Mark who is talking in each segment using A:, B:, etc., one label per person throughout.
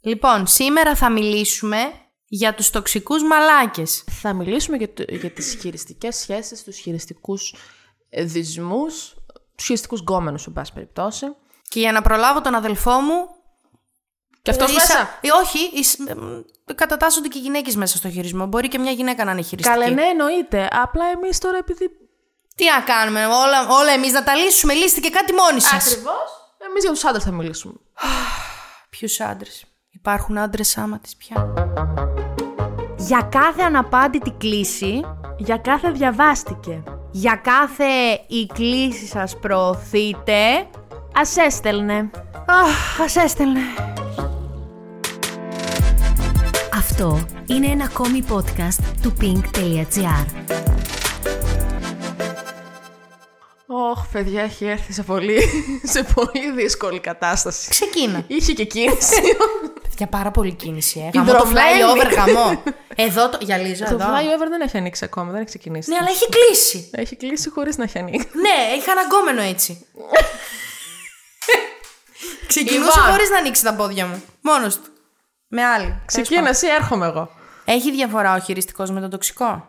A: Λοιπόν, σήμερα θα μιλήσουμε για τους τοξικούς μαλάκες.
B: Θα μιλήσουμε για, το, για τις χειριστικές σχέσεις, τους χειριστικούς ε, δυσμούς, τους χειριστικούς γκόμενους, εν πάση περιπτώσει.
A: Και για να προλάβω τον αδελφό μου...
B: Και αυτός
A: ε,
B: μέσα.
A: ε, όχι, εις- ε, μ, κατατάσσονται και οι γυναίκες μέσα στο χειρισμό. Μπορεί και μια γυναίκα να είναι χειριστική.
B: Καλέ, ναι, εννοείται. Απλά εμείς τώρα επειδή...
A: Τι να κάνουμε, όλα, όλα εμείς να τα λύσουμε. Λύστε και κάτι μόνοι σας.
B: Ακριβώς. Εμείς για τους άντρες θα μιλήσουμε.
A: Ποιους άντρες. Υπάρχουν άντρες άμα τις πια.
C: Για κάθε αναπάντητη κλίση,
D: Για κάθε διαβάστηκε.
C: για κάθε η κλίση σας προωθείτε,
D: Ας έστελνε.
C: αχ, ας έστελνε.
E: Αυτό είναι ένα ακόμη podcast του pink.gr.
B: Ωχ, παιδιά, έχει έρθει σε πολύ, σε πολύ δύσκολη κατάσταση.
A: Ξεκίνα.
B: Είχε και κίνηση.
A: Για πάρα πολύ κίνηση, ε. Γαμώ το
B: Υδροφλένη.
A: flyover, γαμώ. Εδώ το γυαλίζω,
B: το
A: εδώ.
B: flyover δεν έχει ανοίξει ακόμα, δεν έχει ξεκινήσει.
A: Ναι, αλλά έχει κλείσει.
B: Έχει κλείσει χωρίς να έχει ανοίξει.
A: Ναι, είχα ένα γκόμενο έτσι. Ξεκινούσε
B: Λοιπόν.
A: χωρίς να ανοίξει τα πόδια μου. Μόνος του. Με άλλη.
B: Ξεκίνα, εσύ έρχομαι εγώ.
A: Έχει διαφορά ο χειριστικός με τον τοξικό.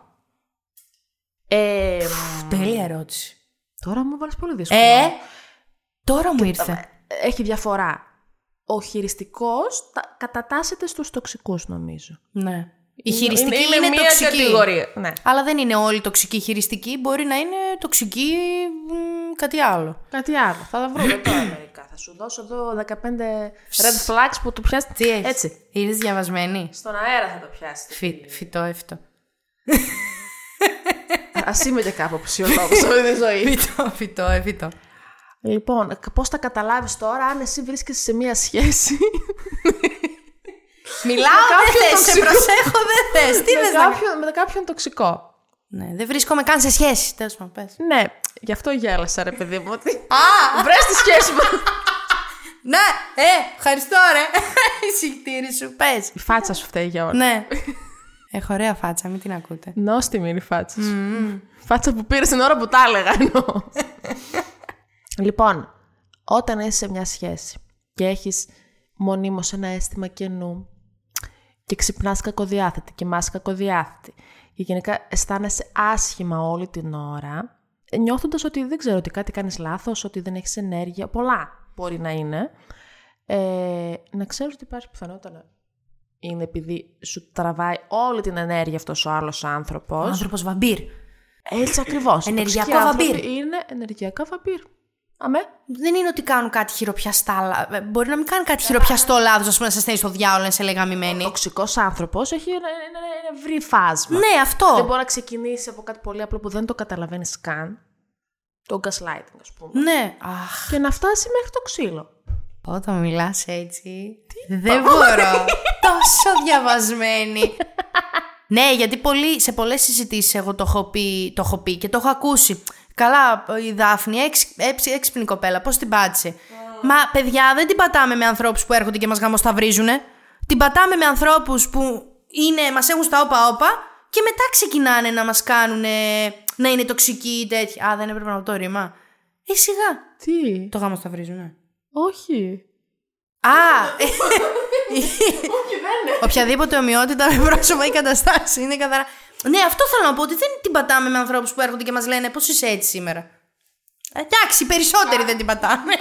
B: Ε,
A: Τέλεια ερώτηση.
B: τώρα μου βάλεις πολύ δύσκολο.
A: Ε, τώρα μου ήρθε.
B: Έχει διαφορά. Ο χειριστικός τα- κατατάσσεται στους τοξικούς, νομίζω.
A: Ναι. Η χειριστική
B: είναι,
A: είναι,
B: μία
A: τοξική.
B: κατηγορία. Ναι.
A: Αλλά δεν είναι όλοι τοξικοί χειριστικοί. Μπορεί να είναι τοξικοί μ, κάτι άλλο.
B: Κάτι άλλο. Θα τα βρούμε τώρα μερικά. Θα σου δώσω εδώ 15 red flags που του πιάσεις.
A: Τι έχεις?
B: Έτσι.
A: Ήρθε διαβασμένη.
B: Στον αέρα θα το πιάσεις.
A: Φυ, φυτό, έφυτο.
B: Α είμαι και κάπου ψυχολόγο όλη τη ζωή.
A: Φυτό, φυτό, έφυτο.
B: Λοιπόν, πώς θα καταλάβεις τώρα αν εσύ βρίσκεσαι σε μία σχέση.
A: Μιλάω, δεν
B: κάποιον
A: θες, σε
B: τοξικό.
A: προσέχω, δεν θες. Τι
B: με,
A: θες να
B: κάποιον, με κάποιον τοξικό.
A: Ναι, δεν βρίσκομαι καν σε σχέση. Τέλος πάντων, πες.
B: Ναι, γι' αυτό γέλασα, ρε παιδί μου. Ότι...
A: Α!
B: Βρες τη σχέση μου.
A: Ναι, ε, ευχαριστώ, ρε. Η συγχτήρη σου, πες.
B: Η φάτσα σου φταίει για όλα.
A: Ναι. Έχω ωραία φάτσα, μην την ακούτε.
B: Νόστιμη είναι η φάτσα
A: Mm.
B: σου. Φάτσα που πήρες την ώρα που τα έλεγα εννοώ. λοιπόν, όταν είσαι σε μια σχέση και έχεις μονίμως ένα αίσθημα κενού και ξυπνάς κακοδιάθετη, κοιμάσαι κακοδιάθετη και γενικά αισθάνεσαι άσχημα όλη την ώρα, νιώθοντας ότι δεν ξέρω ότι κάτι κάνεις λάθος, ότι δεν έχεις ενέργεια, πολλά μπορεί να είναι, ε, να ξέρεις ότι υπάρχει πιθανότητα να είναι επειδή σου τραβάει όλη την ενέργεια αυτός ο άλλος άνθρωπος.
A: Άνθρωπος βαμπύρ.
B: Έτσι ακριβώς.
A: Ενεργειακό βαμπύρ.
B: Είναι ενεργειακά βαμπύρ. Αμέ.
A: Δεν είναι ότι κάνουν κάτι χειροπιαστά. αλλά, ε, Μπορεί να μην κάνει κάτι χειροπιαστό λάθος, ας πούμε, να σε στέλνει στο διάολο να σε λέει
B: Ο
A: γαμημένη.
B: τοξικός άνθρωπος έχει ένα, ένα, ένα ευρύ φάσμα.
A: Ναι,
B: Δεν
A: αυτό.
B: μπορεί να ξεκινήσει από κάτι πολύ απλό που δεν το καταλαβαίνεις καν. Το gaslighting, ας πούμε.
A: Ναι. Αχ.
B: Και να φτάσει μέχρι το ξύλο.
A: Όταν μιλάς έτσι. Δεν μπορώ. Τόσο διαβασμένη. ναι, γιατί πολύ, σε πολλές συζητήσεις εγώ το έχω, πει, το έχω πει και το έχω ακούσει. Καλά, η Δάφνη, έξ- έψη- έξυπνη κοπέλα, πώς την πάτησε. Μα παιδιά, δεν την πατάμε με ανθρώπους που έρχονται και μας γαμοσταυρίζουνε. Την πατάμε με ανθρώπους που είναι, μας έχουν στα όπα-όπα και μετά ξεκινάνε να μας κάνουν να είναι τοξικοί ή τέτοιοι. Α, δεν έπρεπε να πω το ρήμα. Ε, σιγά.
B: Τι.
A: Το γαμοσταυρίζουνε.
B: Όχι.
A: Α! Οποιαδήποτε ομοιότητα με πρόσωπα ή καταστάσεις είναι καθαρά. Ναι, αυτό θέλω να πω ότι δεν την πατάμε με ανθρώπους που έρχονται και μας λένε πώς είσαι έτσι σήμερα. Εντάξει, περισσότεροι δεν την πατάμε.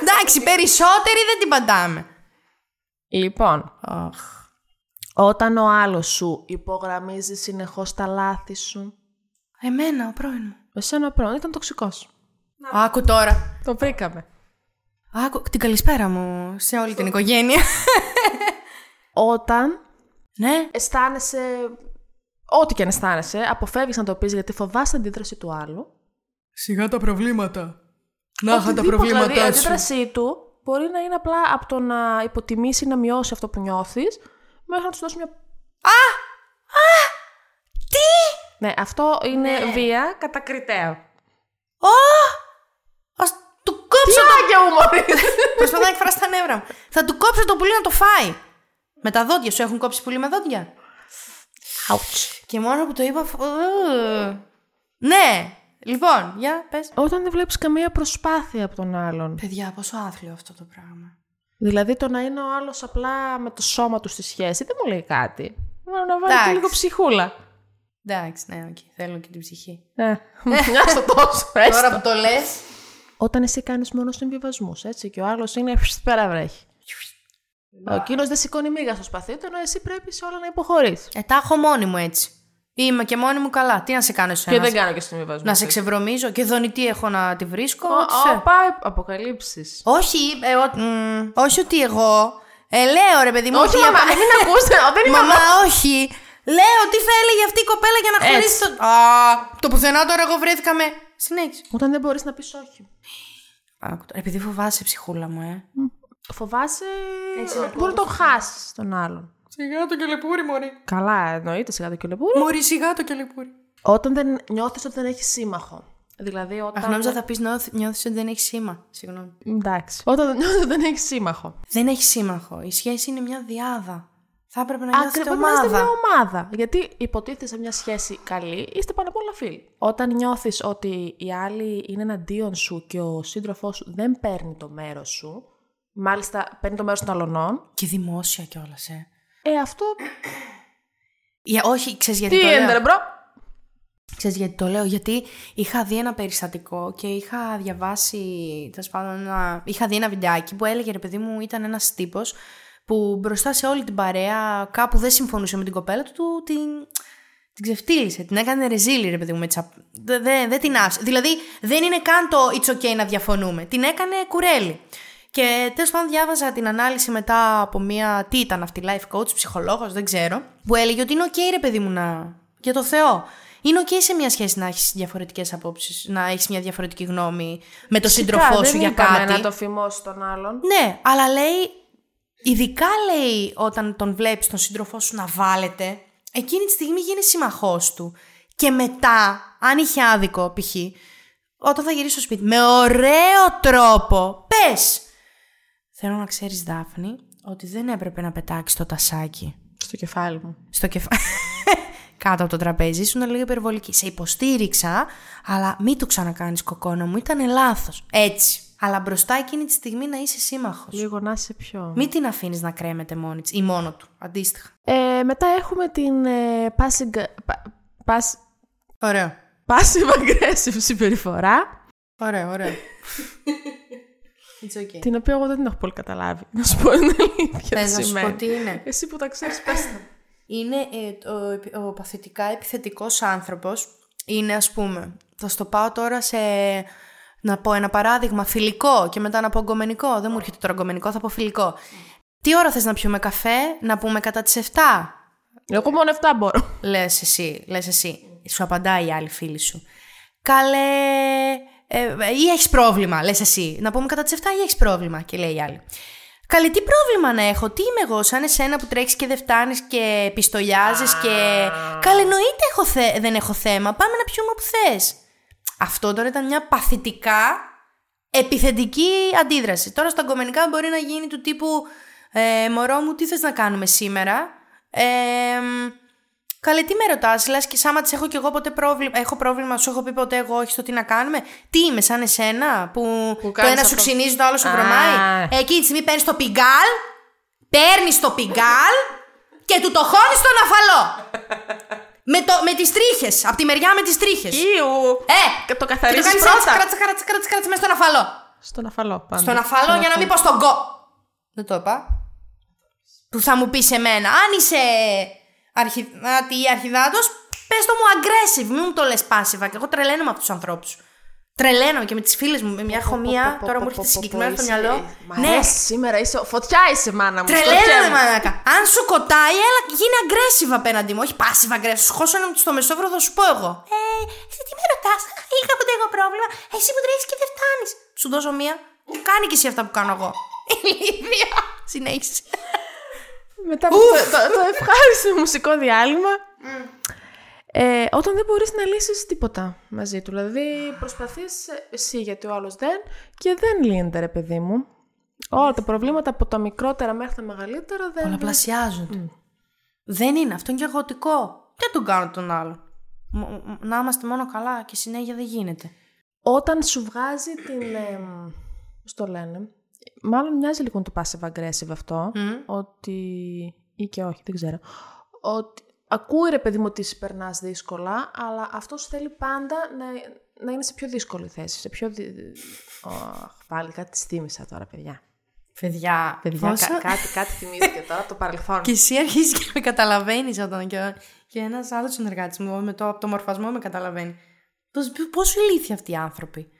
A: Εντάξει, περισσότεροι δεν την πατάμε.
B: Λοιπόν,
A: Αχ.
B: όταν ο άλλος σου υπογραμμίζει συνεχώς τα λάθη σου.
A: Εμένα, ο πρώην μου.
B: Εσένα πρώτα ήταν τοξικός.
A: Άκου τώρα.
B: Το βρήκαμε.
A: Άκου την καλησπέρα μου σε όλη την οικογένεια.
B: Όταν
A: Ναι.
B: αισθάνεσαι. Ό,τι και αν αισθάνεσαι, αποφεύγεις να το πεις γιατί φοβάσαι την αντίδραση του άλλου.
A: Σιγά τα προβλήματα. Να είχα τα
B: Οτιδήποτε, δηλαδή,
A: προβλήματά
B: Η
A: σου.
B: αντίδρασή του μπορεί να είναι απλά από το να υποτιμήσει ή να μειώσει αυτό που νιώθεις, μέχρι να τους δώσει μια. Α! Α! Τι! Ναι, αυτό είναι βία κατακριτέο.
A: Ας του κόψω το
B: Άγια μου, μωρή!
A: Προσπαθώ να εκφράσω τα νεύρα μου. Θα του κόψω το πουλί να το φάει. Με τα δόντια σου έχουν κόψει πουλί με δόντια. Και μόνο που το είπα. φ- Ου. Ναι! Λοιπόν, για πες.
B: Όταν δεν βλέπεις καμία προσπάθεια από τον άλλον.
A: Παιδιά, πόσο άθλιο αυτό το πράγμα.
B: Δηλαδή το να είναι ο άλλος απλά με το σώμα του στη σχέση δεν μου λέει κάτι. Μόνο να βάλει και
A: Εντάξει.
B: λίγο ψυχούλα.
A: Εντάξει, ναι, οκ. Θέλω και την ψυχή.
B: Ε, μια στο τόσο, έστω.
A: Τώρα που το λες.
B: Όταν εσύ κάνεις μόνο συμβιβασμού, έτσι, και ο άλλος είναι «Φσ, πέρα βρέχει. Ο εκείνος δεν σηκώνει μίγα στο σπαθί του, ενώ εσύ πρέπει σε όλα να υποχωρείς.
A: Ε, τα έχω μόνη μου έτσι. Είμαι και μόνη μου καλά. Τι να σε κάνω εσένα.
B: Και δεν κάνω και συμβιβασμού.
A: Να σε ξεβρωμίζω και δονητή έχω να τη βρίσκω. ό,τι θε.
B: Πάει αποκαλύψεις.
A: Όχι, ε, ο- μ, όχι ότι εγώ. Ε, λέω ρε παιδί μου.
B: Όχι,
A: ότι
B: μαμά,
A: απα-
B: μην ακούστε. Δεν είναι
A: Ε, Μαμά, όχι. Λέω τι θα έλεγε αυτή η κοπέλα για να
B: Έτσι.
A: χωρίσει το. Ε, Α, το πουθενά τώρα εγώ βρέθηκα με. Συνέχισε.
B: Όταν δεν μπορείς να πεις όχι.
A: Άκου τώρα, Επειδή φοβάσαι ψυχούλα μου, ε.
B: Φοβάσαι. Μπορεί να τον χάσεις τον άλλον.
A: Σιγά το κελεπούρι, Μωρή.
B: Καλά, εννοείται σιγά το κελεπούρι.
A: Μωρή, σιγά το κελεπούρι.
B: Όταν δεν νιώθεις ότι δεν έχεις σύμμαχο. Δηλαδή όταν.
A: Αχ, νόμιζα θα πει νιώθεις ότι δεν έχεις σήμα. Συγγνώμη.
B: Εντάξει. Όταν δεν νιώθεις ότι δεν έχεις σύμμαχο.
A: Δεν έχεις σύμμαχο. Η σχέση είναι μια διάδα. Θα έπρεπε να νιώθετε
B: Ακριβώς να είστε μια
A: ομάδα.
B: ομάδα. Γιατί υποτίθεται σε μια σχέση καλή, είστε πάνω απ' όλα φίλοι. Όταν νιώθεις ότι οι άλλοι είναι εναντίον σου και ο σύντροφός σου δεν παίρνει το μέρος σου, μάλιστα παίρνει το μέρος των αλωνών,
A: Και δημόσια κιόλας, ε.
B: ε, αυτό.
A: Για- όχι, ξέρεις γιατί.
B: Τι
A: το λέω.
B: είναι, ρε, μπρο.
A: Ξέρεις γιατί το λέω, γιατί είχα δει ένα περιστατικό και είχα διαβάσει, τέλος πάντων, ένα- είχα δει ένα βιντεάκι που έλεγε ρε παιδί μου ήταν ένας τύπος που μπροστά σε όλη την παρέα κάπου δεν συμφωνούσε με την κοπέλα του, του την, την ξεφτύλισε, την έκανε ρεζίλη ρε παιδί μου με τσαπ. Δε- δε- δεν την άφησε. Δηλαδή δεν είναι καν το it's okay να διαφωνούμε, την έκανε κουρέλι. Και τέλος πάντων διάβαζα την ανάλυση μετά από μία. Τι ήταν αυτή, life coach, ψυχολόγος, δεν ξέρω. Που έλεγε ότι είναι OK, ρε παιδί μου, να. Για το Θεό. Είναι OK σε μια σχέση να έχεις διαφορετικές απόψεις, να έχεις μια διαφορετική γνώμη με τον σύντροφό σου για κάτι.
B: να το φημώσεις τον άλλον.
A: Ναι, αλλά λέει. Ειδικά λέει όταν τον βλέπεις τον σύντροφό σου να βάλετε, εκείνη τη στιγμή γίνει σύμμαχό του. Και μετά, αν είχε άδικο, π.χ., όταν θα γυρίσει στο σπίτι, με ωραίο τρόπο, πες! Θέλω να ξέρεις, Δάφνη, ότι δεν έπρεπε να πετάξει το τασάκι
B: Στο κεφάλι μου.
A: στο κεφάλι. κάτω από το τραπέζι, ήσουν λίγο υπερβολική. Σε υποστήριξα, αλλά μην το ξανακάνεις κοκόνα μου, ήταν λάθος. Έτσι. Αλλά μπροστά εκείνη τη στιγμή να είσαι σύμμαχος.
B: Λίγο να είσαι πιο.
A: Μην την αφήνεις να κρέμεται μόνη της ή μόνο του. Αντίστοιχα.
B: Ε, μετά έχουμε την ε, passing, pa- pass-
A: Ωραίο.
B: passive aggressive συμπεριφορά,
A: Ωραίο, ωραίο. It's okay.
B: την οποία εγώ δεν την έχω πολύ καταλάβει. Να σου πω την αλήθεια.
A: Θες
B: τι
A: να σου πω
B: σημαίνει.
A: τι είναι.
B: Εσύ που τα ξέρεις, πες τα.
A: Είναι ε, ο, επι- ο παθητικά επιθετικός άνθρωπος. Είναι ας πούμε, θα στο πάω τώρα σε, να πω ένα παράδειγμα, φιλικό και μετά να πω γκομενικό. Δεν μου έρχεται τώρα γκομενικό, θα πω φιλικό. Τι ώρα θες να πιούμε καφέ, να πούμε κατά τις 7,
B: Εγώ μόνο 7 μπορώ.
A: λες εσύ, λες εσύ. Σου απαντάει η άλλη φίλη σου. Καλέ, ε, ή έχεις πρόβλημα, λες εσύ. Να πούμε κατά τις 7 ή έχεις πρόβλημα και λέει η άλλη. Καλή, τι πρόβλημα να έχω, τι είμαι εγώ, σαν εσένα που τρέχεις και δεν φτάνεις και πιστολιάζεις και... Καλή, εννοείται έχω θε- δεν έχω θέμα, πάμε να πιούμε όπου θες. Αυτό τώρα ήταν μια παθητικά επιθετική αντίδραση. Τώρα στα κομμενικά μπορεί να γίνει του τύπου ε, «Μωρό μου, τι θες να κάνουμε σήμερα» ε, μ, Καλέ, τι με ρωτάς, λες και σάμα τη έχω κι εγώ ποτέ πρόβλημα. Έχω πρόβλημα, σου έχω πει ποτέ εγώ, όχι στο τι να κάνουμε. Τι είμαι, σαν εσένα, που, το
B: κάνεις
A: ένα σου
B: αυτό.
A: ξυνίζει, το άλλο σου
B: Α.
A: βρωμάει. Εκείνη τη στιγμή παίρνεις το πιγκάλ, παίρνεις το πιγκάλ και του το χώνεις στον αφαλό. με, το, με τις τρίχες, από τη μεριά με τις τρίχες.
B: Ιου!
A: Ε!
B: Και το
A: Και
B: καθαρίζεις
A: το κάνεις
B: πρώτα.
A: έτσι, κράτσε, κράτσε, κράτσε, κράτσε μέσα στον αφαλό.
B: Στον αφαλό πάντα.
A: Στον αφαλό για να μην πω στον κο. Δεν το είπα. Που θα μου πεις εμένα, αν είσαι αρχιδάτη ή αρχιδάτος, πες το μου aggressive, μην μου το λες passive. Εγώ τρελαίνω με αυτού τους ανθρώπους. Τρελαίνω και με τις φίλες μου. με Μια έχω μία, τώρα μου έρχεται συγκεκριμένο στο μυαλό.
B: Μ'
A: Ναι,
B: αρέσει σήμερα, είσαι φωτιά είσαι μάνα μου.
A: τρελαίνω ρε μαλάκα. Αν σου κοτάει, έλα, γίνε aggressive απέναντί μου. Όχι passive aggressive. Σου χώσω ένα στο μεσόβρο, θα σου πω εγώ. Ε, εσύ τι με ρωτάς, είχα ποτέ εγώ πρόβλημα. Εσύ που τρέχεις και δεν φτάνεις. Σου δώσω μία. Κάνει και εσύ αυτά που κάνω εγώ. Ηλίδια. Συνέχισε.
B: Μετά από το, το, το ευχάριστο μουσικό διάλειμμα. Ε, όταν δεν μπορείς να λύσεις τίποτα μαζί του. Δηλαδή προσπαθείς εσύ γιατί ο άλλος δεν και δεν λύνεται ρε παιδί μου. Όλα τα προβλήματα από τα μικρότερα μέχρι τα μεγαλύτερα δεν...
A: Πολλαπλασιάζονται. Δεν είναι, αυτό είναι και εγωτικό. Δεν τον κάνω τον άλλο. Μ- μ- Να είμαστε μόνο καλά και συνέχεια δεν γίνεται.
B: Όταν σου βγάζει την... εμ, πώς το λένε... Μάλλον μοιάζει λίγο με το passive aggressive αυτό.
A: Μμμ.
B: Ότι. ή και όχι, δεν ξέρω. Ότι ακούει ρε παιδί μου ότι περνάς δύσκολα, αλλά αυτός θέλει πάντα να, να είναι σε πιο δύσκολη θέση. Σε πιο. δυ- Αχ, πάλι κάτι θύμισα τώρα, παιδιά.
A: Παιδιά,
B: Παιδιά,
A: πόσα-
B: κα- κάτι, κάτι θυμήθηκε τώρα, το παρελθόν.
A: Και εσύ αρχίζεις και με καταλαβαίνεις όταν. Και, και ένας άλλος συνεργάτης μου με το, από το μορφασμό με καταλαβαίνει. Πώς- Πόσο ηλίθιοι αυτοί οι άνθρωποι.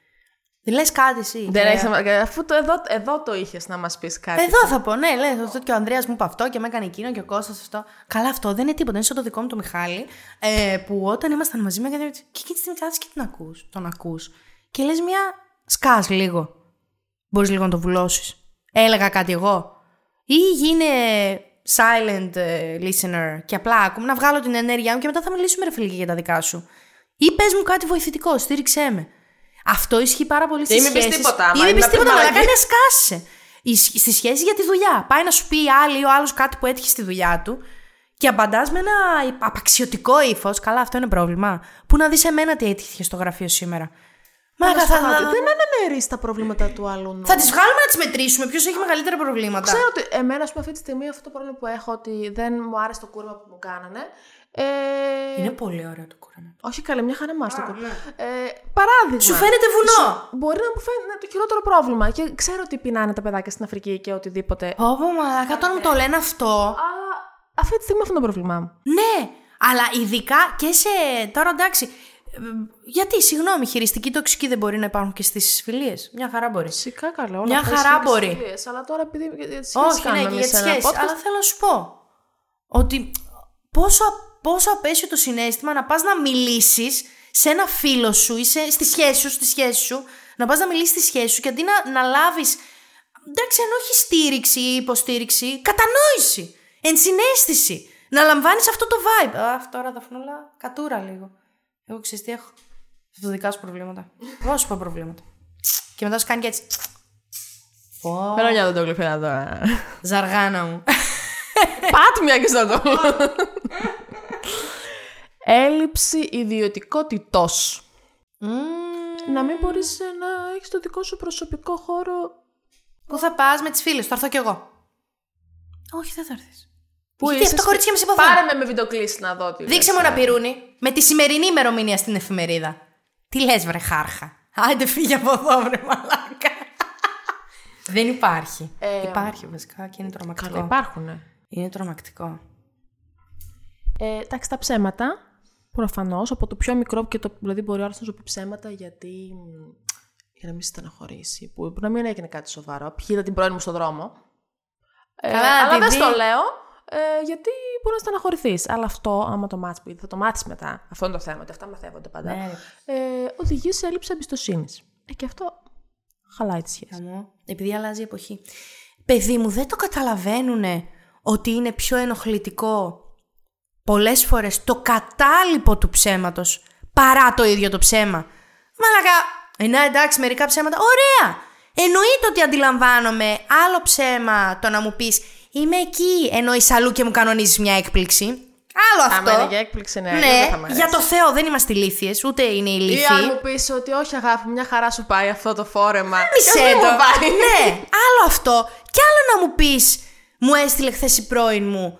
A: Λες κάτι εσύ.
B: Δεν
A: και-
B: έχεις να- Αφού το εδώ, εδώ το είχες να μας πεις κάτι.
A: Εδώ θα πω, ναι, λέει αυτό και ο Ανδρέας μου είπε αυτό και με έκανε εκείνο και ο Κώστας αυτό. Καλά, αυτό δεν είναι τίποτα. Είναι σαν το δικό μου το Μιχάλη ε, που όταν ήμασταν μαζί με έκανε. έτσι, Και εκείνη τη στιγμή κάθεσαι και την ακούς, τον ακούς. Και λες μια. Σκάς λίγο. Μπορείς λίγο να το βουλώσεις. Έλεγα κάτι εγώ. Ή γίνε silent ε, listener και απλά ακούμε να βγάλω την ενέργειά μου και μετά θα μιλήσουμε ρε φίλε και για τα δικά σου. Ή πες μου κάτι βοηθητικό, στήριξέ με. Αυτό ισχύει πάρα πολύ στις
B: μην πεις
A: σχέσεις.
B: τίποτα, άμα
A: Ή μην
B: είναι
A: πεις
B: να πεις
A: τίποτα, αλλά
B: μαλακή.
A: κάνει σκάσε. Στη σχέση για τη δουλειά. Πάει να σου πει η άλλη ή ο άλλος κάτι που έτυχε στη δουλειά του και απαντάς με ένα απαξιωτικό ύφος. Καλά, αυτό είναι πρόβλημα. Πού να δεις εμένα τι έτυχε στο γραφείο σήμερα. Μα θα,
B: Τέλος
A: θα,
B: πάντων, ναι,
A: θα,
B: Δεν αναμερεί τα προβλήματα του άλλου.
A: τις βγάλουμε να τις μετρήσουμε. Ποιος έχει μεγαλύτερα προβλήματα.
B: Ξέρω ότι εμένα, ας πούμε, αυτή τη στιγμή αυτό το πρόβλημα που έχω ότι δεν μου άρεσε το κούρμα που μου κάνανε. Ε,
A: Είναι πολύ ωραίο το κούρεμα.
B: Όχι καλή, μια χαρά μας το κούρμα. Ε, παράδειγμα.
A: Σου φαίνεται βουνό.
B: Μπορεί να μου φαίνεται ναι, το χειρότερο πρόβλημα. Και ξέρω ότι πεινάνε τα παιδάκια στην Αφρική και οτιδήποτε.
A: Πω πω μαλάκα, όταν μου το λένε αυτό.
B: Αλλά αυτή τη στιγμή αυτό είναι το πρόβλημά μου.
A: Ναι, αλλά ειδικά και σε. Τώρα εντάξει. ε, Γιατί, συγγνώμη, χειριστική τοξική δεν μπορεί να υπάρχουν και στις φιλίες. Μια χαρά μπορεί.
B: Φυσικά καλό.
A: Μια χαρά μπορεί.
B: αλλά τώρα επειδή. για τις σχέσεις
A: Όχι, ναι,
B: κάνουμε
A: και για
B: εμείς
A: τις
B: ένα
A: σχέσεις.
B: podcast,
A: Αλλά θέλω να σου πω ότι πόσο, πόσο απέσιο το συνέστημα να πας να μιλήσεις σε ένα φίλο σου ή σε, στη σχέση σου, στη σχέση σου, να πας να μιλήσεις στη σχέση σου και αντί να, να λάβεις, εντάξει, αν όχι στήριξη ή υποστήριξη, κατανόηση, ενσυναίσθηση. Να λαμβάνεις αυτό το vibe. Αχ, τώρα Δαφνούλα, κατούρα λίγο. Εγώ ξέρεις τι έχω. Αυτό δικά σου προβλήματα. Εγώ σου πω προβλήματα. Και μετά σου κάνει και έτσι. Πω.
B: Θέλω για να το κλειφέρα τώρα.
A: Ζαργάνα μου.
B: Πάτ μια και στο το. Έλλειψη ιδιωτικότητός. Να μην μπορείς να έχεις το δικό σου προσωπικό χώρο.
A: Πού θα πας με τις φίλες, θα έρθω κι εγώ. Όχι, δεν θα έρθεις.
B: Πού
A: Γιατί
B: είσαι
A: αυτό
B: σπι-
A: κορίτσια με συμπαθούν.
B: Πάρε με με βιντεοκλήση να δω τι.
A: Δείξε μου ένα πυρούνι με τη σημερινή ημερομηνία στην εφημερίδα. Τι λες, βρε χάρχα. Άντε φύγε από εδώ, βρε μαλάκα. δεν υπάρχει.
B: Ε,
A: υπάρχει βασικά και είναι τρομακτικό.
B: Καλά, υπάρχουν.
A: Είναι τρομακτικό.
B: Ε, εντάξει, τα ψέματα. Προφανώς, από το πιο μικρό και το. Δηλαδή, μπορεί ο άλλος να σου πει ψέματα γιατί. μ, για να μην σε στεναχωρήσει. Που μπορεί να μην έγινε κάτι σοβαρό. Π.χ. είδα την πρώην μου στον δρόμο. Ε,
A: Καλά,
B: αλλά
A: την
B: δεν
A: δει.
B: στο λέω. Ε, γιατί μπορεί να στεναχωρηθείς. Αλλά αυτό, άμα το μάθεις, θα το μάθεις μετά. Αυτό είναι το θέμα. Ότι αυτά μαθαίνονται πάντα.
A: Ναι, ρε.
B: Ε, οδηγεί σε έλλειψη εμπιστοσύνης. Ε, και αυτό χαλάει τη σχέση.
A: Χαμό. Επειδή αλλάζει η εποχή. Παιδί μου, δεν το καταλαβαίνουν ότι είναι πιο ενοχλητικό πολλές φορές το κατάλοιπο του ψέματος παρά το ίδιο το ψέμα. Μαλακά, ε, να εντάξει, μερικά ψέματα, ωραία! Εννοείται ότι αντιλαμβάνομαι άλλο ψέμα το να μου πεις «Είμαι εκεί» εννοείς αλλού και μου κανονίζεις μια έκπληξη. Άλλο αυτό.
B: Άμα είναι για έκπληξη, ναι, δεν θα μ'
A: ναι, για το Θεό δεν είμαστε ηλίθιες, ούτε είναι ηλίθιοι.
B: Ή αν μου πεις ότι όχι, αγάπη, μια χαρά σου πάει αυτό το φόρεμα.
A: Μισέ
B: Και μη μου
A: το.
B: πάει.
A: ναι, άλλο αυτό. Κι άλλο να μου πεις, μου έστειλε χθες η πρώην μου.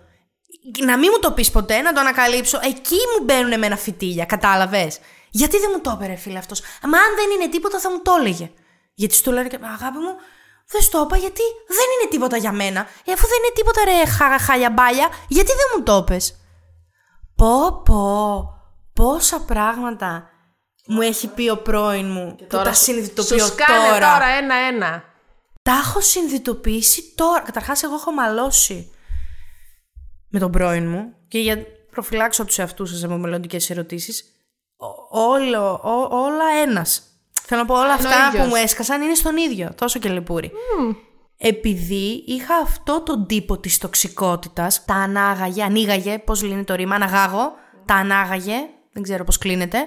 A: Να μην μου το πεις ποτέ, να το ανακαλύψω. Εκεί μου μπαίνουν εμένα φυτίλια, κατάλαβες. Γιατί δεν μου το έπαιρε, φίλε αυτός. Μα αν δεν είναι τίποτα, θα μου το έλεγε. Γιατί σου το λένε και αγάπη μου, δεν στο είπα γιατί δεν είναι τίποτα για μένα. Ε, αφού δεν είναι τίποτα ρε χα, χαλιαμπάλια, γιατί δεν μου το πες. Πω πω, πόσα πράγματα μου έχει πει ο πρώην μου που τα
B: σου-
A: συνειδητοποιώ
B: σου σκάνε
A: τώρα.
B: τώρα ένα-ένα.
A: Τα έχω συνειδητοποιήσει τώρα. Καταρχάς, εγώ έχω μαλώσει με τον πρώην μου και για προφυλάξω τους εαυτούς σας από μελλοντικέ ερωτήσει. Όλο, ό- όλα ένας. Θέλω να πω, όλα
B: ο
A: αυτά που
B: ίδιος.
A: μου έσκασαν είναι στον ίδιο. Τόσο και λεπούρι. Επειδή είχα αυτό τον τύπο της τοξικότητας, τα ανάγαγε, ανοίγαγε, πώς λύνει το ρήμα, αναγάγω, τα ανάγαγε, δεν ξέρω πώς κλείνεται,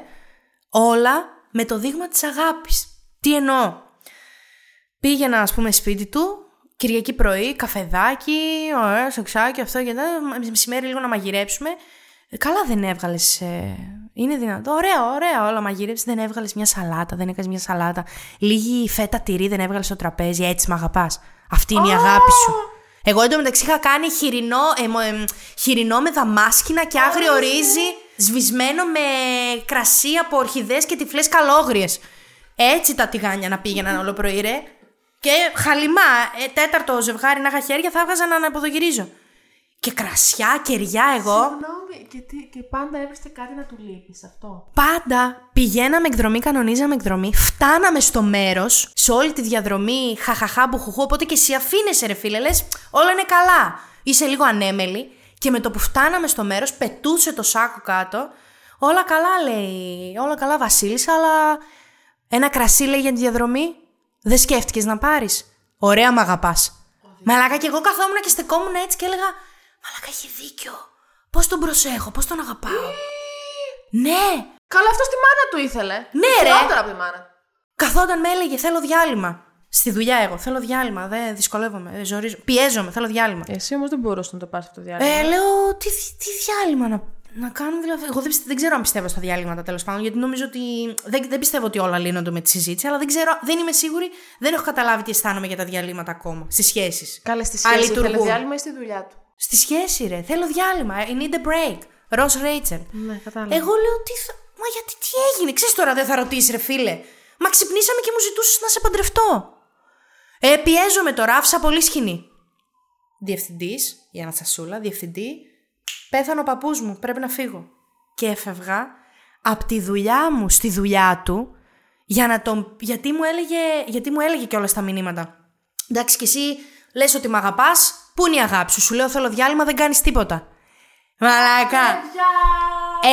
A: όλα με το δείγμα της αγάπης. Τι εννοώ, Πήγαινα, ας πούμε, σπίτι του, Κυριακή πρωί, καφεδάκι, ωραία, σοξάκι, αυτό και τα. Μεσημέρι λίγο να μαγειρέψουμε. Ε, Καλά δεν έβγαλες. είναι δυνατό. Ωραία, ωραία, όλα μαγείρεψε. Δεν έβγαλες μια σαλάτα, δεν έκανες μια σαλάτα. Λίγη φέτα τυρί δεν έβγαλες στο τραπέζι. Έτσι μ' αγαπάς. Αυτή είναι η αγάπη σου. Εγώ εντωμεταξύ είχα κάνει χοιρινό, ε, μο- εμ, χοιρινό με δαμάσκηνα και άγριο ρύζι σβησμένο με κρασί από ορχιδές και τυφλές καλόγριες. Έτσι τα τηγάνια να πήγαιναν όλο πρωί, ρε. Και χαλιμά, ε, τέταρτο ζευγάρι να είχα χέρια, θα έβγαζα να αναποδογυρίζω. Και κρασιά, κεριά εγώ.
B: Συγγνώμη, και, τι- και πάντα έβρισκε κάτι να του λείπεις σε αυτό.
A: Πάντα πηγαίναμε εκδρομή, κανονίζαμε εκδρομή, φτάναμε στο μέρος, σε όλη τη διαδρομή, χαχαχά, μπουχουχού. Οπότε και εσύ αφήνεσαι, ρε φίλε, λες, όλα είναι καλά. Είσαι λίγο ανέμελη. Και με το που φτάναμε στο μέρος, πετούσε το σάκο κάτω. Όλα καλά, λέει. Όλα καλά, Βασίλισσα, αλλά. Ένα κρασί, λέει, για τη διαδρομή. Δεν σκέφτηκες να πάρεις. Ωραία, μ' αγαπάς. Μαλάκα, και εγώ καθόμουν και στεκόμουν έτσι και έλεγα. Μαλάκα, έχει δίκιο. Πώς τον προσέχω, πώς τον αγαπάω. ναι,
B: Καλά, αυτό τη μάνα του ήθελε.
A: Ναι, ρε.
B: Χειρότερα από τη μάνα.
A: Καθόταν με έλεγε θέλω διάλειμμα. Στη δουλειά εγώ θέλω διάλειμμα. Δεν δυσκολεύομαι. ε, ζορίζω. Πιέζομαι, θέλω διάλειμμα.
B: Εσύ όμως δεν μπορούσες να το πα αυτό το διάλειμμα.
A: Ε, λέω, τι, τι διάλειμμα να, να κάνουμε. Δηλαδή. Εγώ δεν, πιστε- δεν ξέρω αν πιστεύω στα διάλειμματα τέλος πάντων, γιατί νομίζω ότι. Δεν, δεν πιστεύω ότι όλα λύνονται με τη συζήτηση, αλλά δεν ξέρω, δεν είμαι σίγουρη, δεν έχω καταλάβει τι αισθάνομαι για τα διαλύματα ακόμα. Στις σχέσεις.
B: Καλές στη
A: Α,
B: σχέση ήθελε
A: λειτουργούν.
B: διάλειμμα ή στη δουλειά του.
A: Στη σχέση, ρε. Θέλω διάλειμμα. I need a break. Ρος Ρέιτσελ.
B: Ναι, κατάλαβα.
A: Εγώ λέω, τι θα... Μα γιατί τι έγινε, ξέρεις τώρα δεν θα ρωτήσεις ρε φίλε. Μα ξυπνήσαμε και μου ζητούσες να σε παντρευτώ. Ε, πιέζομαι τώρα, άφησα πολύ σκηνή. Διευθυντής, η Αναστασούλα, διευθυντή, πέθανε ο παππούς μου, πρέπει να φύγω. Και έφευγα από τη δουλειά μου στη δουλειά του, για να τον... γιατί μου έλεγε, γιατί μου έλεγε και όλα τα μηνύματα. Εντάξει κι εσύ λες ότι με αγαπάς, πού είναι η αγάπη σου, σου λέω θέλω διάλειμμα, δεν κάνεις τίποτα. Μαλάκα.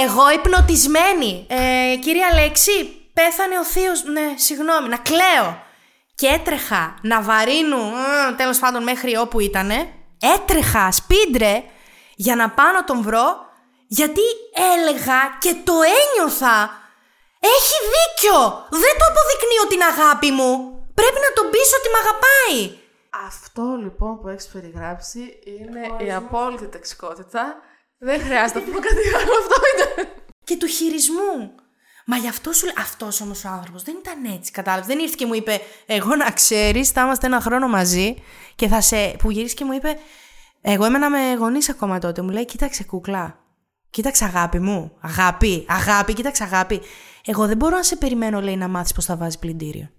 A: Εγώ υπνοτισμένη. Ε, κυρία Λέξη, πέθανε ο θείος. Ναι, συγγνώμη, να κλαίω. Και έτρεχα να βαρύνου, τέλος πάντων μέχρι όπου ήτανε. Έτρεχα, σπίντρε, για να πάω να τον βρω, γιατί έλεγα και το ένιωθα. Έχει δίκιο! Δεν το αποδεικνύω την αγάπη μου. Πρέπει να τον πείσω ότι με αγαπάει.
B: Αυτό λοιπόν που έχεις περιγράψει είναι η απόλυτη ταξικότητα. Δεν χρειάζεται να πούμε κάτι άλλο. Αυτό ήταν.
A: και του χειρισμού. Μα γι' αυτό σου λέω. Αυτός όμως ο άνθρωπος δεν ήταν έτσι, κατάλαβες. Δεν ήρθε και μου είπε, Εγώ να ξέρεις, θα είμαστε ένα χρόνο μαζί και θα σε. που γυρίσει και μου είπε, Εγώ έμενα με γονείς ακόμα τότε. Μου λέει, Κοίταξε κούκλα. Κοίταξε αγάπη μου. Αγάπη, αγάπη, κοίταξε αγάπη. Εγώ δεν μπορώ να σε περιμένω, λέει, να μάθεις πώς θα βάζεις πλυντήριο.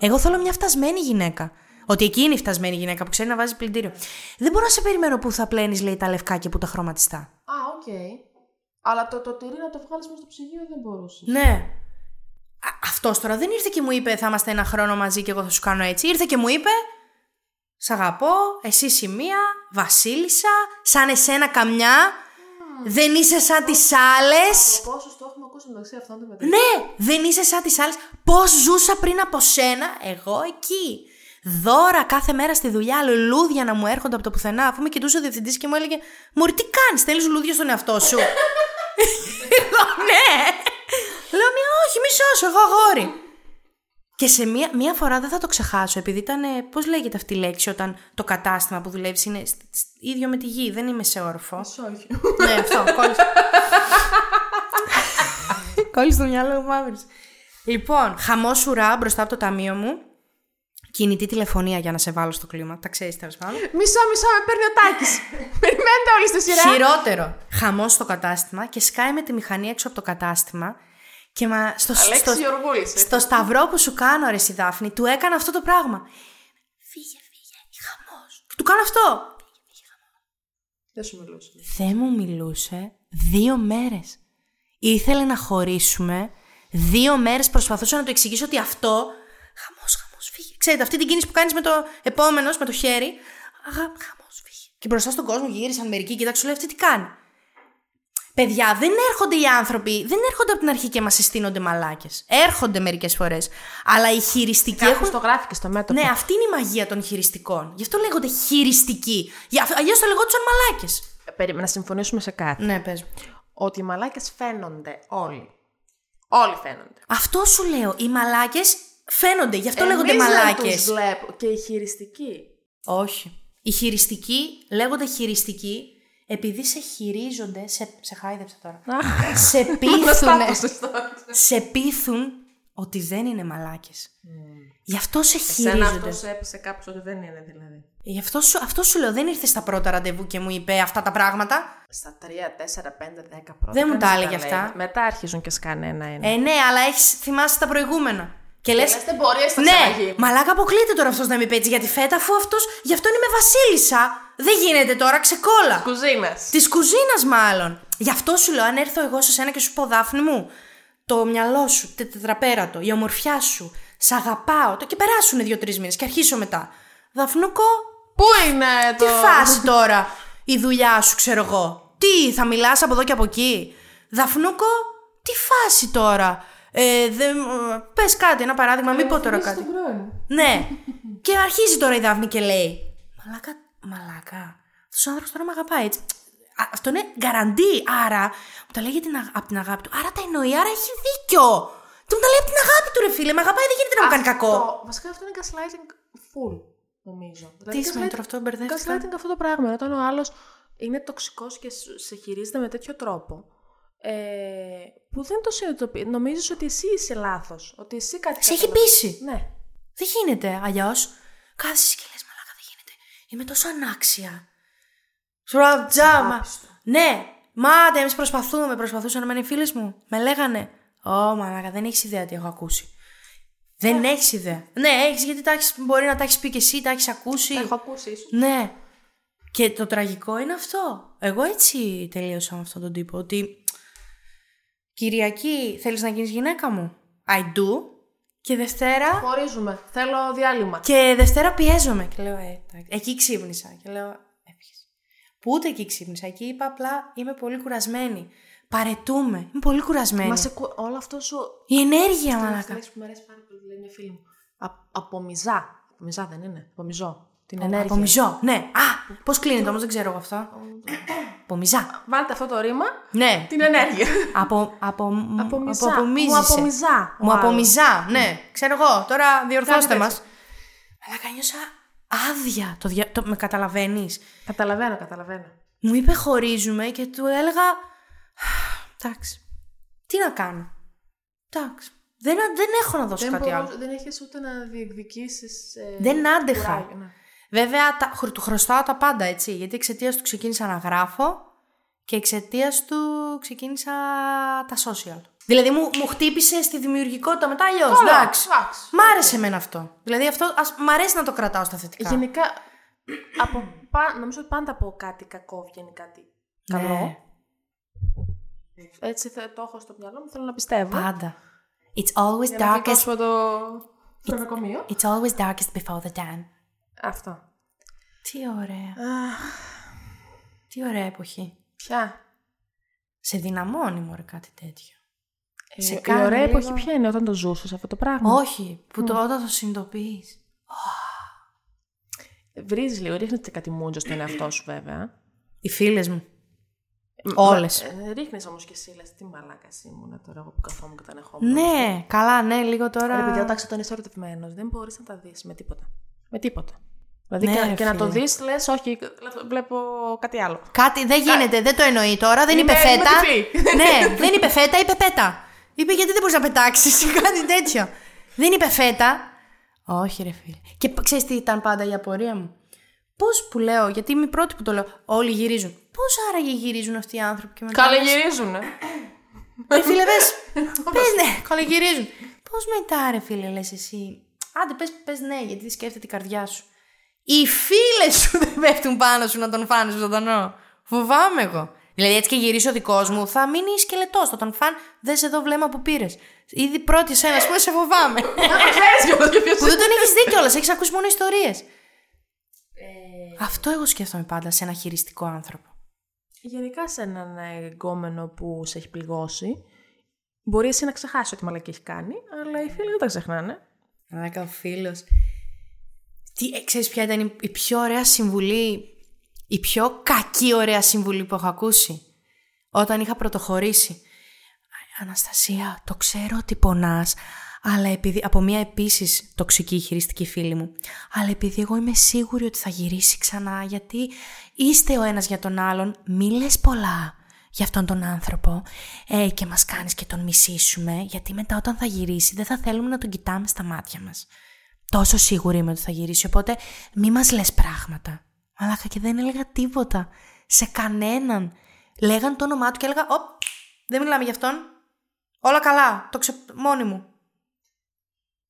A: Εγώ θέλω μια φτασμένη γυναίκα. Ότι εκείνη η φτασμένη γυναίκα που ξέρει να βάζει πλυντήριο. Δεν μπορώ να σε περιμένω που θα πλένεις, λέει, τα λευκά και που τα χρωματιστά.
B: Α, οκ. Αλλά το, το τυρί να το βγάλεις μέσα στο ψυγείο δεν μπορούσες.
A: Ναι. Αυτός τώρα δεν ήρθε και μου είπε θα είμαστε ένα χρόνο μαζί και εγώ θα σου κάνω έτσι. Ήρθε και μου είπε Σ' αγαπώ, εσύ είσαι η μία, βασίλισσα, σαν εσένα καμιά, δεν είσαι σαν τις άλλες.
B: Πόσο το έχουμε ακούσει μεταξύ αυτών των μεταξύ.
A: Ναι, δεν είσαι σαν τις άλλες. Πώς ζούσα πριν από σένα, εγώ εκεί. Δώρα κάθε μέρα στη δουλειά, λουλούδια να μου έρχονται από το πουθενά. Αφού με κοιτούσε ο διευθυντής και μου έλεγε Μωρή, τι κάνεις, θέλει λουλούδια στον εαυτό σου. Λέω, ναι. Λέω, μια όχι, μη σώσω, εγώ αγόρι. Και σε μία, μία φορά δεν θα το ξεχάσω, επειδή ήταν. ε, πώς λέγεται αυτή η λέξη όταν το κατάστημα που δουλεύεις είναι σ- σ- ίδιο με τη γη, δεν είμαι σε όροφο.
B: Όχι.
A: Ναι, αυτό, κόλλησε. κόλλησε το μυαλό μου, μαύρης. Λοιπόν, χαμό ουρά μπροστά από το ταμείο μου. Κινητή τηλεφωνία για να σε βάλω στο κλίμα. Τα ξέρεις τέλος πάντων.
B: Μισό, μισό, με παίρνει ο Τάκης. Περιμένετε όλοι στη σειρά.
A: Χειρότερο. Χαμό στο κατάστημα και σκάει με τη μηχανή έξω από το κατάστημα. Και μα, στο, στο,
B: Αλέξης Γεωργούλης.
A: στο σταυρό που σου κάνω, ρε, στη Δάφνη, του έκανα αυτό το πράγμα. Φύγε, φύγε, χαμός. Του κάνω αυτό.
B: Δεν σου μιλούσε.
A: Δεν μου μιλούσε δύο μέρες. Ήθελε να χωρίσουμε. Δύο μέρες προσπαθούσα να του εξηγήσω ότι αυτό. Χαμός, χαμός, φύγε. Ξέρετε, αυτή την κίνηση που κάνεις με το επόμενος, με το χέρι. Αγα, χαμός, φύγε. Και μπροστά στον κόσμο γύρισαν μερικοί. Κοιτάξτε, σου λέει αυτή τι κάνει. Παιδιά, δεν έρχονται οι άνθρωποι, δεν έρχονται από την αρχή και μας συστήνονται μαλάκες. Έρχονται μερικές φορές. Αλλά οι χειριστικοί έχουν.
B: Κάπω το γράφει και στο μέτωπο.
A: Ναι, αυτή είναι η μαγεία των χειριστικών. Γι' αυτό λέγονται χειριστικοί. Γι' αυτό- Αλλιώς θα λεγόντουσαν μαλάκες.
B: Περίμενα να συμφωνήσουμε σε κάτι.
A: Ναι, πες μου.
B: Ότι οι μαλάκες φαίνονται όλοι. Όλοι φαίνονται.
A: Αυτό σου λέω. Οι μαλάκες φαίνονται, γι' αυτό λέγονται
B: Εμείς δεν
A: μαλάκε.
B: Ε, τους βλέπω. Και οι χειριστικοί.
A: Όχι. Οι χειριστικοί λέγονται χειριστικοί επειδή σε χειρίζονται. Σε, σε χάιδεψα τώρα. σε πείθουν. σε πείθουν ότι δεν είναι μαλάκες. Γι' αυτό σε
B: Mm. Εσένα
A: χειρίζονται.
B: αυτό έπεσε κάποιος ότι δεν είναι δηλαδή.
A: Γι' αυτό σου, αυτό σου λέω, δεν ήρθε στα πρώτα ραντεβού και μου είπε αυτά τα πράγματα.
B: Στα 3, 4, 5, 10 πρώτα.
A: Δεν μου τα
B: κανείς
A: έλεγε
B: λέει.
A: αυτά.
B: Μετά αρχίζουν και σκάνε ένα-ένα.
A: Ε, ναι, αλλά έχεις θυμάσαι τα προηγούμενα. Και λες.
B: λες, δεν μπορεί, θα
A: Ναι,
B: ξαναγίνει.
A: μαλάκα αποκλείται τώρα αυτός να μην πει έτσι για τη φέτα, αφού αυτός γι' αυτόν είμαι βασίλισσα. Δεν γίνεται τώρα, ξεκόλα.
B: Κουζίνας.
A: Της κουζίνας, μάλλον. Γι' αυτό σου λέω, αν έρθω εγώ σε σένα και σου πω, Δάφνη μου, το μυαλό σου, τε- τετραπέρατο, η ομορφιά σου, σ' αγαπάω, το και περάσουν δύο-τρει μήνες και αρχίσω μετά. Δαφνούκο,
B: Πού είναι το.
A: τι φάση τώρα η δουλειά σου, ξέρω εγώ. Τι, θα μιλάς από εδώ και από εκεί. Δαφνούκο, τι φάση τώρα. Ε, δε, Πες κάτι, ένα παράδειγμα, μην πω τώρα κάτι. Ναι. και αρχίζει τώρα η Δάφνη και λέει. Μαλάκα, μαλάκα. Αυτός ο άνθρωπος τώρα με αγαπάει έτσι. Α, αυτό είναι γκαραντί. Άρα μου τα λέει για την, αγα- από την αγάπη του. Άρα τα εννοεί, άρα έχει δίκιο. Τι μου τα λέει από την αγάπη του, ρε φίλε. Με αγαπάει, δεν γίνεται να μου κάνει κακό.
B: Το- Βασικά αυτό είναι gaslighting full, νομίζω.
A: Τι
B: Δηλαδή,
A: σημαίνει
B: gaslighting-
A: τώρα αυτό, μπερδεύτηκα.
B: Gaslighting αυτό το πράγμα. Όταν ο άλλος είναι τοξικός και σου- σε χειρίζεται με τέτοιο τρόπο. Ε, που δεν το συνειδητοποιεί. Νομίζεις ότι εσύ είσαι λάθος. Ότι εσύ κάτι.
A: Σε έχει
B: καταλαβα-
A: πείσει.
B: Ναι.
A: Δεν γίνεται αλλιώς. Κάθεσαι και λες, μαλάκα, δεν γίνεται. Είμαι τόσο ανάξια. Σου τζάμα. Ναι, μάτε, εμείς προσπαθούμε. Προσπαθούσαν να με οι φίλες μου. Με λέγανε. Ω, μαλάκα, δεν έχεις ιδέα τι έχω ακούσει. Δεν έχεις ιδέα. Ναι, έχεις γιατί τα έχεις- μπορεί να τα έχεις πει και εσύ, τα έχεις ακούσει.
B: Έχω ακούσει ίσως.
A: Ναι. Και το τραγικό είναι αυτό. Εγώ έτσι τελείωσα με αυτόν τον τύπο. Ότι Κυριακή θέλεις να γίνεις γυναίκα μου. I do. Και Δευτέρα
B: Χωρίζουμε. Θέλω διάλειμμα.
A: και Δευτέρα πιέζομαι. Και λέω, ε, εντάξει. Εκεί ξύπνησα. Και λέω, έπιες. Που ούτε εκεί ξύπνησα. Εκεί είπα απλά, είμαι πολύ κουρασμένη. Παρετούμε. Είμαι πολύ κουρασμένη.
B: Μα σε κου- όλο αυτό σου.
A: Η ενέργεια,
B: Αυτή είναι
A: μαλακά.
B: λέξη που μου αρέσει πάρα πολύ, λέει μια φίλη μου. Α- Απομυζά. Απομυζά δεν είναι. Απομυζώ. Την ενέργεια.
A: Απομυζώ. Ε, Ναι. Α, πώς κλείνεται όμως, δεν ξέρω εγώ αυτό. Απομυζά.
B: Βάλτε αυτό το ρήμα.
A: Ναι.
B: Την ενέργεια.
A: Από, από,
B: Απομυζά.
A: από-
B: Μου
A: απομύζησε.
B: απομυζά.
A: Μου απομυζά, ναι. Ξέρω εγώ, τώρα διορθώστε
B: Κάτι
A: μα. Μαλάκα, νιώσα άδεια. Το, δια... το... Με καταλαβαίνεις.
B: Καταλαβαίνω, καταλαβαίνω.
A: Μου είπε χωρίζουμε και του έλεγα. Εντάξει. Τι να κάνω. Εντάξει. Δεν, δεν έχω να δώσω
B: Δεν,
A: κάτι άλλο.
B: δεν έχεις ούτε να ε, διεκδικήσει.
A: Δεν άντεχα. κουράγιο,
B: ναι.
A: Βέβαια, τα, χρ- του χρωστάω τα πάντα, έτσι. Γιατί εξαιτίας του ξεκίνησα να γράφω και εξαιτίας του ξεκίνησα τα social. Δηλαδή μου, μου χτύπησε στη δημιουργικότητα μετά αλλιώς. Εντάξει. Μ' άρεσε εμένα αυτό. Δηλαδή αυτό ας, μ' αρέσει να το κρατάω στα θετικά.
B: Γενικά, από, πα, νομίζω ότι πάντα από κάτι κακό βγαίνει κάτι
A: Ναι,
B: καλό. Έτσι θα, το έχω στο μυαλό μου, θέλω να πιστεύω.
A: Πάντα. It's always
B: Για να
A: darkest.
B: γλιτώσουμε το νοσοκομείο.
A: It's always darkest before the dawn.
B: Αυτό.
A: Τι ωραία. Τι ωραία εποχή.
B: Ποια.
A: Σε δυναμώνει μωρέ κάτι τέτοιο. Σε
B: Ε, η
A: κάνει
B: ωραία
A: λίγο-
B: εποχή ποια είναι όταν το ζούσες αυτό το πράγμα.
A: Όχι, που το, όταν το συνειδητοποιείς.
B: Βρίζεις λίγο, ρίχνεις και κάτι μούντζο στον εαυτό σου βέβαια.
A: Οι φίλες μου.
B: Μα-
A: Όλες.
B: Ε, ρίχνεις όμως και εσύ, λες, τι μαλάκας ήμουν τώρα εγώ που καθόμουν και τα ανεχόμουν.
A: Ναι, καλά, ναι, λίγο τώρα.
B: Ρε παιδιά, εντάξει, όταν είσαι ερωτευμένο, δεν μπορείς να τα δεις με τίποτα. Με τίποτα. Δηλαδή
A: Ναι,
B: και,
A: ρε
B: και να το
A: φίλε.
B: δεις, λες, όχι, βλέπω κάτι άλλο.
A: Κάτι δεν γίνεται, δεν το εννοεί τώρα, δεν
B: Είμαι-
A: είπε
B: είμαι
A: φέτα.
B: τυφλή.
A: ναι, δεν είπε φέτα, είπε πέτα. Είπε γιατί δεν μπορείς να πετάξεις κάτι τέτοιο. δεν είπε φέτα. Όχι, ρε φίλε. Και π- ξέρεις τι ήταν πάντα η απορία μου. Πώς που λέω, γιατί είμαι η πρώτη που το λέω, Όλοι γυρίζουν. Πώς άραγε γυρίζουν αυτοί οι άνθρωποι και μετά. λες,
B: γυρίζουνε.
A: Ρε φίλε, πες, πες ναι, καλογυρίζουν. Πώς μετά ρε φίλε λες εσύ. Άντε πες, πες ναι, γιατί σκέφτεται η καρδιά σου. Οι φίλες σου δεν πέφτουν πάνω σου να τον φάνε ζωντανό. Φοβάμαι εγώ. Δηλαδή έτσι και γυρίσει ο δικός μου, θα μείνει σκελετός. Θα τον φαν, δεν σε δω βλέμμα που πήρες. Ήδη πρώτη σένα, ας πούμε, σε φοβάμαι. που δεν τον έχεις δει κιόλας, έχεις ακούσει μόνο ιστορίες. Αυτό εγώ σκέφτομαι πάντα σε ένα χειριστικό άνθρωπο.
B: Γενικά σε έναν εγκόμενο που σε έχει πληγώσει, μπορεί εσύ να ξεχάσεις ό,τι μαλακή έχει κάνει, αλλά οι φίλοι δεν τα ξεχνάνε.
A: Μαλάκα, ο φίλος. Τι, ε, ξέρεις ποια ήταν η- η πιο ωραία συμβουλή, η πιο κακή ωραία συμβουλή που έχω ακούσει. Όταν είχα πρωτοχωρήσει. Αναστασία, το ξέρω ότι πονάς, αλλά επειδή, από μια επίσης τοξική χειριστική φίλη μου, αλλά επειδή εγώ είμαι σίγουρη ότι θα γυρίσει ξανά, γιατί είστε ο ένας για τον άλλον, μη λες πολλά, για αυτόν τον άνθρωπο ε, και μας κάνεις και τον μισήσουμε, γιατί μετά όταν θα γυρίσει δεν θα θέλουμε να τον κοιτάμε στα μάτια μας. Τόσο σίγουρη είμαι ότι θα γυρίσει, οπότε μη μας λες πράγματα. Μαλάκα και δεν έλεγα τίποτα σε κανέναν. Λέγαν το όνομά του και έλεγα, «Οπ, δεν μιλάμε για αυτόν. Όλα καλά, το ξε... μόνη μου.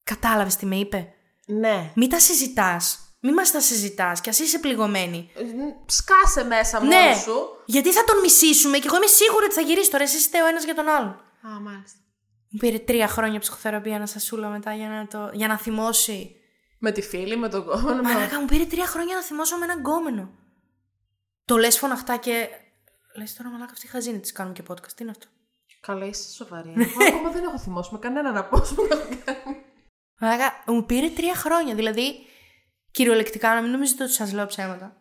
A: Κατάλαβες τι με είπε.
B: Ναι.
A: Μην τα συζητάς. Μη μας τα συζητάς κι ας είσαι πληγωμένη.
B: Σκάσε μέσα μόνο
A: Ναι,
B: Ε, σου.
A: γιατί θα τον μισήσουμε και εγώ είμαι σίγουρη ότι θα γυρίσει τώρα. Εσείς είστε ο ένας για τον άλλον.
B: Α, μάλιστα.
A: Μου πήρε τρία χρόνια ψυχοθεραπεία να σασούλα μετά για να, το, για να θυμώσει.
B: Με τη φίλη, με τον κόμμα.
A: Μαλάκα, μου πήρε τρία χρόνια να θυμώσω με έναν γκόμενο. Το λες φωναχτά και... Λες τώρα μαλάκα αυτή η χαζίνη της κάνουμε και podcast. Τι είναι αυτό.
B: Καλά, είσαι σοβαρή. Εγώ ακόμα δεν έχω θυμώσει με κανέναν από όσους μου έχουν κάνει.
A: Μαλάκα, μου πήρε τρία χρόνια. Δηλαδή, κυριολεκτικά, να μην νομίζετε ότι σας λέω ψέματα.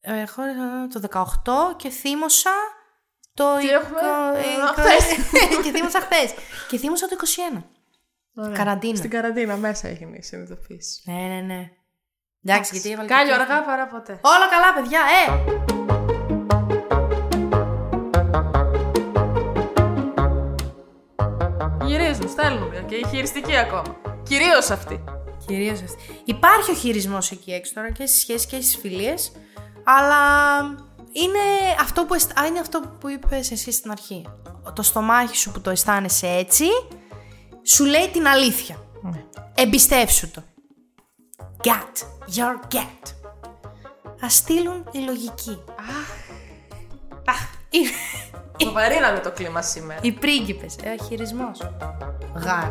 A: Ε, χώρισα το 18 και θύμωσα το
B: Τι
A: 20
B: έχουμε? Ε,
A: είκο-
B: χθες.
A: και θύμωσα χθες. Και θύμωσα το 21.
B: Ωραία.
A: Καραντίνα.
B: Στην καραντίνα μέσα έγινε η συνειδητοποίηση.
A: Ναι, ναι, ναι. Εντάξει, γιατί έβαλε.
B: Κάλλιο
A: και-
B: αργά παρά ποτέ.
A: Όλα καλά, παιδιά, ε!
B: Γυρίζουν, στέλνουν και η χειριστική ακόμα. Κυρίως αυτή.
A: Κυρίως αυτή. Υπάρχει ο χειρισμός εκεί έξω τώρα και στις σχέσεις και στις φιλίες. Αλλά είναι αυτό, που αισθ- α, είναι αυτό που είπες εσύ στην αρχή. Το στομάχι σου που το αισθάνεσαι έτσι, σου λέει την αλήθεια. Εμπιστεύσου το. Gut. Your gut. Ας στείλουν η λογική. Αχ. Είναι-
B: Βαρύναμε το κλίμα σήμερα.
A: Οι πρίγκιπες. Ε, ο χειρισμός. Γάρ.